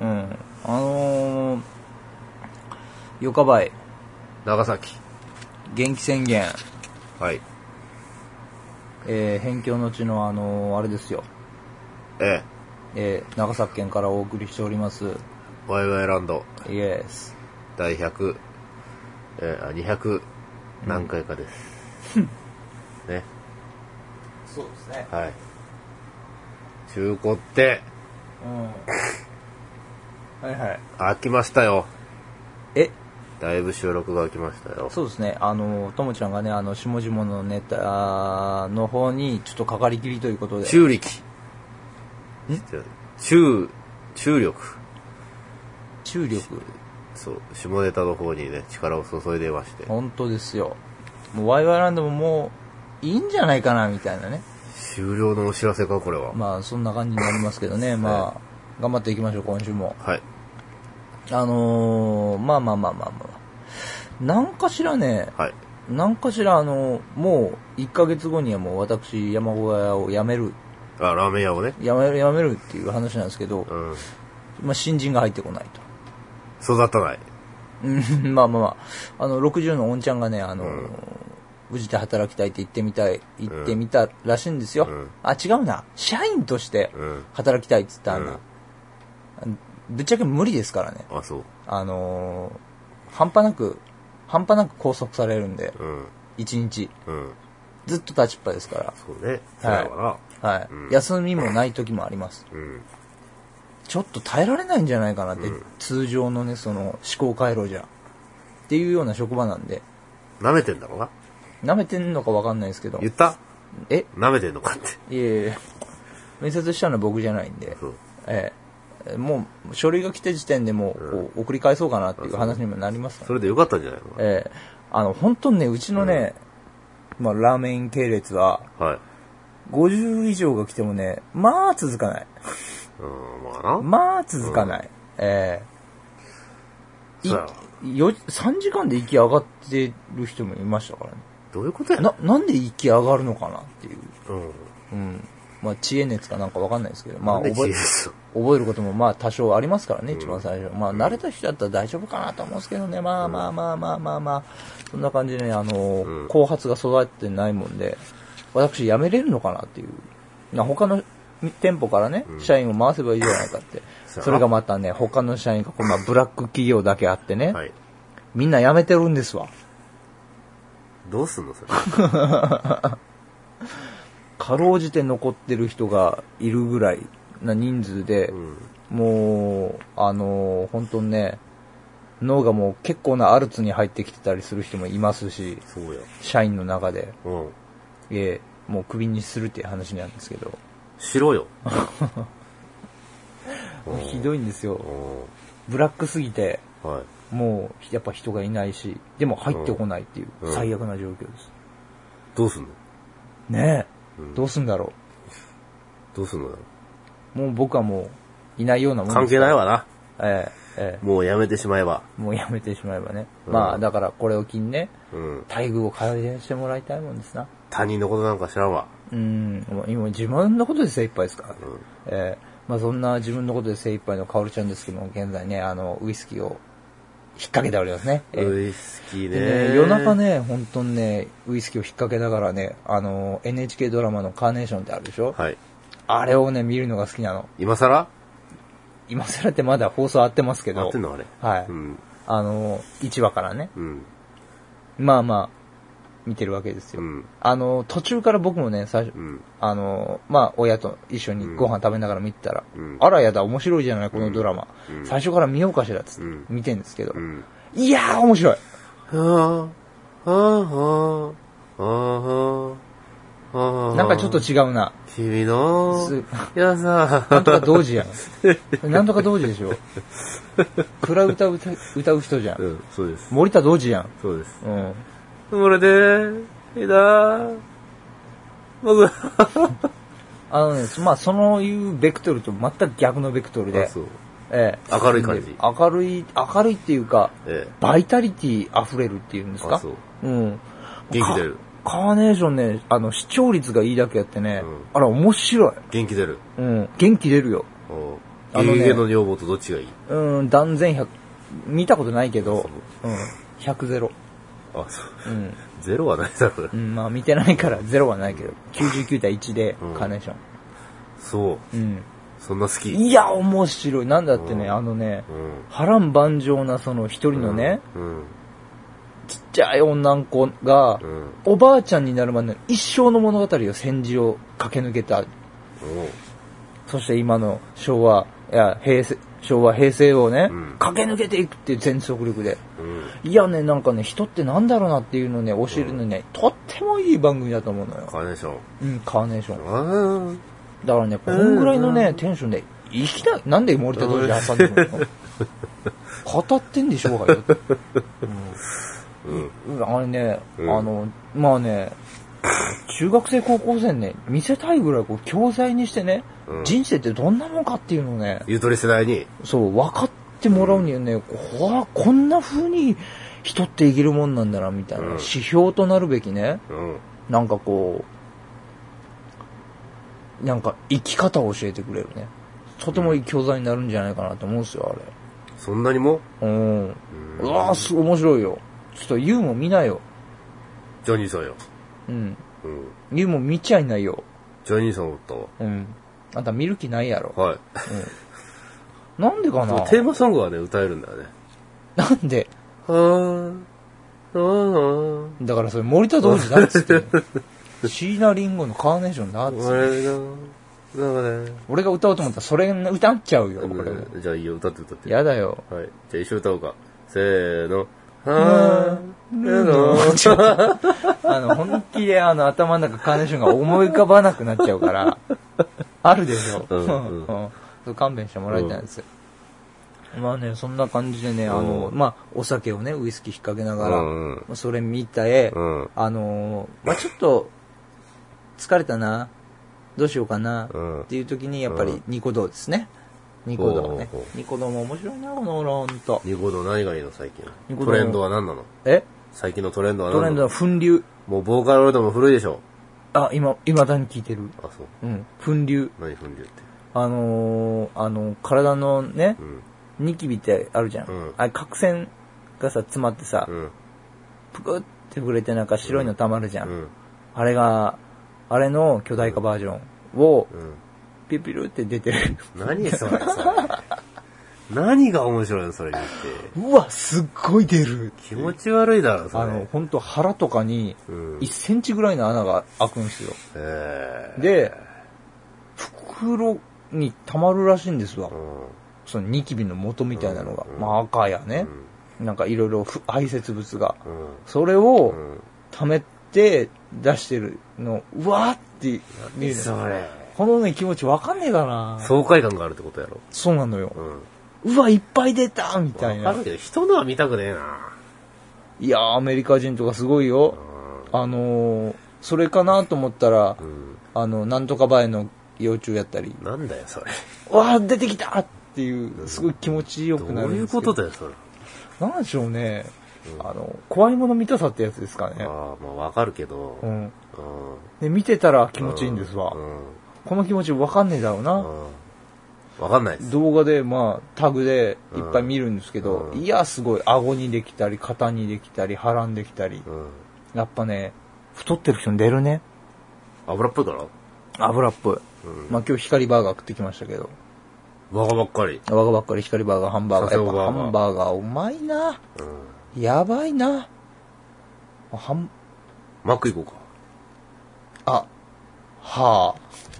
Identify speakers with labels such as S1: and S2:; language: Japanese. S1: うん。あのー、ヨカバイ、
S2: 長崎。
S1: 元気宣言、
S2: はい。
S1: えー、辺境の地のあのー、あれですよ。
S2: ええ。
S1: えー、長崎県からお送りしております。
S2: ワイワイランド
S1: イエス。
S2: 第100、えー、あ200何回かです。ね。
S1: そうですね。
S2: はい。中古って
S1: うん。はいはい。
S2: 飽きましたよ。
S1: え、
S2: だいぶ収録が飽きましたよ。
S1: そうですね。あのー、ともちゃんがね、あの、下々のネタの方に、ちょっとかかりきりということで。
S2: 中力。中、中力。
S1: 注力。
S2: そう、下ネタの方にね、力を注いでいまして。
S1: 本当ですよ。もう、ワイワイランドももう、いいんじゃないかな、みたいなね。
S2: 終了のお知らせか、これは。
S1: まあ、そんな感じになりますけどね。まあ、頑張っていきましょう、今週も。
S2: はい。
S1: あのー、まあまあまあまあまあ。なんかしらね、
S2: はい。
S1: なんかしら、あの、もう、1ヶ月後にはもう私、山小屋を辞める、
S2: あ、ラーメン屋をね。
S1: 辞める、辞めるっていう話なんですけど
S2: う、ん。
S1: まあ、新人が入ってこないと。
S2: 育たない。
S1: うん まあまあまあ、あの、60のおんちゃんがね、あの、無事で働きたいって言ってみたい、言ってみたらしいんですよ。
S2: うん
S1: あ、違うな。社員として
S2: うん
S1: 働きたいって言ったんだ。ぶっちゃけ無理ですからね。
S2: あ、そう。
S1: あのー半端なく、半端なく拘束されるんで、
S2: うん。
S1: 1日。
S2: うん。
S1: ずっと立ちっぱですか
S2: そうね。そうだから。
S1: ら。はい。
S2: うん
S1: 休みもない時もあります。
S2: うん。
S1: ちょっと耐えられないんじゃないかなって、
S2: うん
S1: 通常のね、その思考回路じゃ。っていうような職場なんで、
S2: 舐めてんだろうな。
S1: 舐めてんのかわかんないですけど。
S2: 言った
S1: え
S2: 舐めてんのかって。
S1: いえいえ、面接したのは僕じゃないんで
S2: そう、
S1: ええ、もう書類が来た時点でもうこう送り返そうかなっていう話にもなりますから
S2: それでよかったんじゃないのか
S1: ええ、あの、本当にね、うちのね、まあ、ラーメン系列は、
S2: な。はい。
S1: 50以上が来てもね、まあ続かない。
S2: うん、まあな。
S1: まあ続かない。ええ
S2: そうやわ
S1: いよ3時間で息上がってる人もいましたからね。
S2: どういうことや
S1: な、なんで息上がるのかなっていう。
S2: うん。
S1: うん。まあ、知恵熱かなんかわかんないですけど、まあ、
S2: なんで
S1: 覚え
S2: 知恵、熱
S1: 覚えることもまあ多少ありますからね、一番最初。まあ、慣れた人だったら大丈夫かなと思うんですけどね、まあまあまあまあまあまあ、そんな感じでね、あの
S2: うん
S1: ー、後発が育ってないもんで、私辞めれるのかなっていう。な他の店舗からね、社員を回せばいいじゃないかって。
S2: そうやな
S1: それがまたね、他の社員が、こうまあ、ブラック企業だけあってね、
S2: はい。
S1: みんな辞めてるんですわ。
S2: どうすんのそれ。
S1: かろうじて残ってる人がいるぐらいな人数で、
S2: うん。
S1: もう、あのー本当にね、脳がもう結構なアルツに入ってきてたりする人もいますし、
S2: そうや。
S1: 社員の中で、
S2: うん。
S1: ええもうクビにするっていう話なんですけど、
S2: し ろよ。うん
S1: ひどいんです
S2: う
S1: よ。
S2: ん。
S1: ブラックすぎて、
S2: はい。
S1: もうやっぱ人がいないし、でも入ってこないっていう
S2: うん
S1: 最悪な状況です。
S2: どうすんの
S1: ねえ、
S2: うん
S1: どうすんだろ
S2: どうすんのだろ
S1: う。もう僕はもういないようなもん
S2: う
S1: です
S2: 関係ない。わな。
S1: えええ
S2: もうやめてしまえば。
S1: え、もうやめてしまえばね。
S2: うん
S1: まあだからこれを機にね、
S2: うん。
S1: 待遇を改善してもらいたいもんですな。
S2: 他人のことなんか知らんわ。
S1: うん、もう今自分のことで精一杯ですからね。
S2: うん。
S1: えーまあそんな自分のことで精一杯のカオルちゃんですけども、現在ね、あの、ウイスキーを引っ掛けておりますね。えー
S2: ウイスキー
S1: で
S2: ね。
S1: ね夜中。ね、本当にね、ウイスキーを引っ掛けながらね、あの、NHK ドラマのカーネーションってあるでしょ、
S2: はい。
S1: あれをね、見るのが好きなの。
S2: 今更
S1: 今更ってまだ放送合ってますけど。
S2: 合ってんのあれ。
S1: はい。
S2: うん。
S1: あの、1話からね。
S2: うん。
S1: まあまあ、見てるわけですよ。
S2: うん。
S1: あの、途中から僕もね、最初、
S2: うん。
S1: あの、まあ、親と一緒にご飯食べながら見てたら、
S2: うん
S1: あらやだ、面白いじゃない、このドラマ。
S2: うん
S1: 最初から見ようかしらっつって、
S2: うん
S1: 見てんですけど、
S2: うん。
S1: いやー、面白い
S2: はあ、はあ、はあ、はあ、はあ。
S1: なんかちょっと、違うな。
S2: 君の
S1: す、
S2: や
S1: な
S2: さ
S1: ん、とか同時やん。 なんとか同時でしょ。暗歌歌歌う人じゃ。
S2: うんん、そうです。
S1: 森田同時やん。
S2: そうです。
S1: うん。
S2: これで、いいな僕、
S1: あのね、まあ、そのいうベクトルと全く逆のベクトルで、
S2: う。
S1: ええ
S2: 明るい感じ
S1: 明るい、明るいっていうか、
S2: ええ。
S1: バイタリティ溢れるっていうんですか
S2: あそう
S1: うん。
S2: 元気出る。
S1: カカーネーションね、あの、視聴率がいいだけやってね、
S2: うん
S1: あら、面白い。
S2: 元気出る。
S1: うん。元気出るよ。
S2: おう
S1: あのね
S2: ゆげの女房とどっちがいい
S1: うん、断然100、見たことないけど、うん、100ゼロ。
S2: あ、そう。
S1: うん、
S2: ゼロはないだろう
S1: う。ん、まあ見てないからゼロはないけど、99対1で
S2: うん
S1: カーネーション。
S2: そう。
S1: うん。
S2: そんな好き。
S1: いや、面白い。なんだってね、
S2: うん
S1: あのね
S2: う、ん。
S1: 波乱万丈なその一人のね、
S2: うん。
S1: ちっちゃい女の子が
S2: う、ん。
S1: おばあちゃんになるまでの一生の物語を戦時を駆け抜けた。そして今の昭和、いや、平成、昭和、平成をね、
S2: うん
S1: 駆け抜けていくっていう全速力で。
S2: うん。うん。
S1: いやね、なんかね、人ってなんだろうなっていうのをね、教えるのね、とってもいい番組だと思うのよ。
S2: カーネーション。
S1: うん、カーネーション。
S2: あ
S1: だからね、このぐらいの
S2: うん
S1: ね
S2: う、
S1: テンションで、いきなり、なんで森田同士挟んでくる の語ってんでしょうがよ。
S2: あ。うん。
S1: うんあれね、あ
S2: うん
S1: の、まあね、中学生高校生にね、見せたいぐらいこう教材にしてね、
S2: うん
S1: 人生ってどんなもんかっていうのをね、
S2: ゆとり世代に。
S1: そう、分かってもらうにはね、こら、こんな風に人って生きるもんなんだな、みたいな、
S2: うん
S1: 指標となるべきね、
S2: うん。
S1: なんかこう、なんか生き方を教えてくれるね。とてもいい教材になるんじゃないかなと思うんですよ、
S2: そんなにも
S1: あれ。うん。う
S2: うん
S1: わぁ、すごい面白いよ。ちょっとユーも見なよ。
S2: ジョニーさんよ。
S1: うん。
S2: うん。
S1: ユーも見ちゃいないよ。
S2: ジョニーさんおったわ。
S1: うん。あんた見る気ないやろ。
S2: は
S1: う
S2: い。
S1: ん。なんでかな
S2: テーマソングはね、歌えるんだよね。
S1: なんで
S2: はーん。はーん。
S1: だからそれ森田同士だっつってんの。シーナリンゴのカーネーションだっつってんの。
S2: 俺の、なんかね。
S1: 俺が歌おうと思ったらそれ歌っちゃうよ、これ。
S2: じゃあいいよ、歌って歌って。
S1: やだよ。
S2: はい。じゃあ一緒に歌おうか。せーの。はーん。
S1: あのちょっとあの、本気であの頭の中カーネーションが思い浮かばなくなっちゃうから、あるでしょ。
S2: うんうん
S1: そう勘弁してもらいたいんですよ。まあね、そんな感じでね、あの、
S2: うん
S1: まあ、お酒をね、ウイスキー引っ掛けながら、
S2: うんうん
S1: まあそれ見た絵、
S2: うん。
S1: あのーまあちょっと、疲れたな、どうしようかな、
S2: うん
S1: っていう時に、やっぱ
S2: う
S1: りニコ動ですね。ニコ動ね
S2: ほうほうほ。
S1: ニコ動も面白いな、このほら、ほんと。
S2: ニコ動何がいいの最近
S1: ニ。コ動
S2: トレンドは何なの
S1: え
S2: 最近のトレンドは何
S1: ト
S2: な
S1: レ
S2: の
S1: ンドの粉流。
S2: もうボーカロイドも古いでしょ。
S1: あ、今、未だに聞いてる。
S2: あ、そう。
S1: うん。粉流。
S2: 何踏んでるって。
S1: あのー、あの、体のね
S2: う、ん。
S1: ニキビってあるじゃん。
S2: うん
S1: あれ、角栓がさ、詰まってさ、
S2: うん。
S1: ぷくって膨れてなんか白いの溜まるじゃん。
S2: うん。
S1: あれが、あれの巨大化バージョンを、
S2: うん。
S1: ピュピュルって出てる。
S2: 何それさ。何が面白いのそれ見て。
S1: うわ、すっごい出る。
S2: 気持ち悪いだろ、それ。
S1: あの、ほんと腹とかに、
S2: うん
S1: 1。センチぐらいの穴が開くんですよ。
S2: えー、
S1: で、袋に溜まるらしいんですわ
S2: う。ん。
S1: そのニキビの元みたいなのが
S2: う。ん
S1: まあ赤やね。なんかいろいろふ排泄物が。
S2: うん。
S1: それ
S2: う
S1: を
S2: ん。うん。
S1: 溜めて出してるの、うわーって見るの。
S2: それ。
S1: このね、気持ちわかんねえかな
S2: 爽快感があるってことやろ。
S1: そうなのよ
S2: う。ん。
S1: うわ、いっぱい出たみたい
S2: わ
S1: な
S2: か。るけど、人のは見たくねえな。
S1: いやー、アメリカ人とかすごいよ。あのー、それかなと思ったら
S2: う、ん。
S1: あの、なんとかバエの幼虫やったり、
S2: なんだよ、それ。
S1: わー、出てきたっていう、すごい気持ちよ
S2: ど
S1: くなる
S2: うんい
S1: で
S2: う
S1: すけ
S2: こ
S1: ど。
S2: とだよ、それ。
S1: なんでしょうね。あの、怖いもの見たさってやつですかね。
S2: ああ、まあわかるけど。
S1: う
S2: うん。
S1: ん。で、見てたら気持ちいいんですわ
S2: う。ん。
S1: この気持ちわかんねえだろう
S2: う
S1: な。
S2: ん。わかんないです。
S1: 動画で、まあ、タグでいっぱい見るんですけど、
S2: うん
S1: いや、すごい。顎にできたり、肩にできたり、腹にできたり
S2: う。ん。
S1: やっぱね、太ってる人に出るね。
S2: 油っぽいから
S1: 油っぽい。
S2: うん。
S1: まあ今日光バーガー食ってきましたけど。
S2: わがばっかり。
S1: 我がばっかり光バーガー、ハンバーガー。
S2: 佐
S1: やっ
S2: 世
S1: ぱハ
S2: 保バーガー
S1: ンバーガーうまいな。
S2: うん。
S1: やばいな。はん、
S2: マック行こうか。
S1: あ、はあ。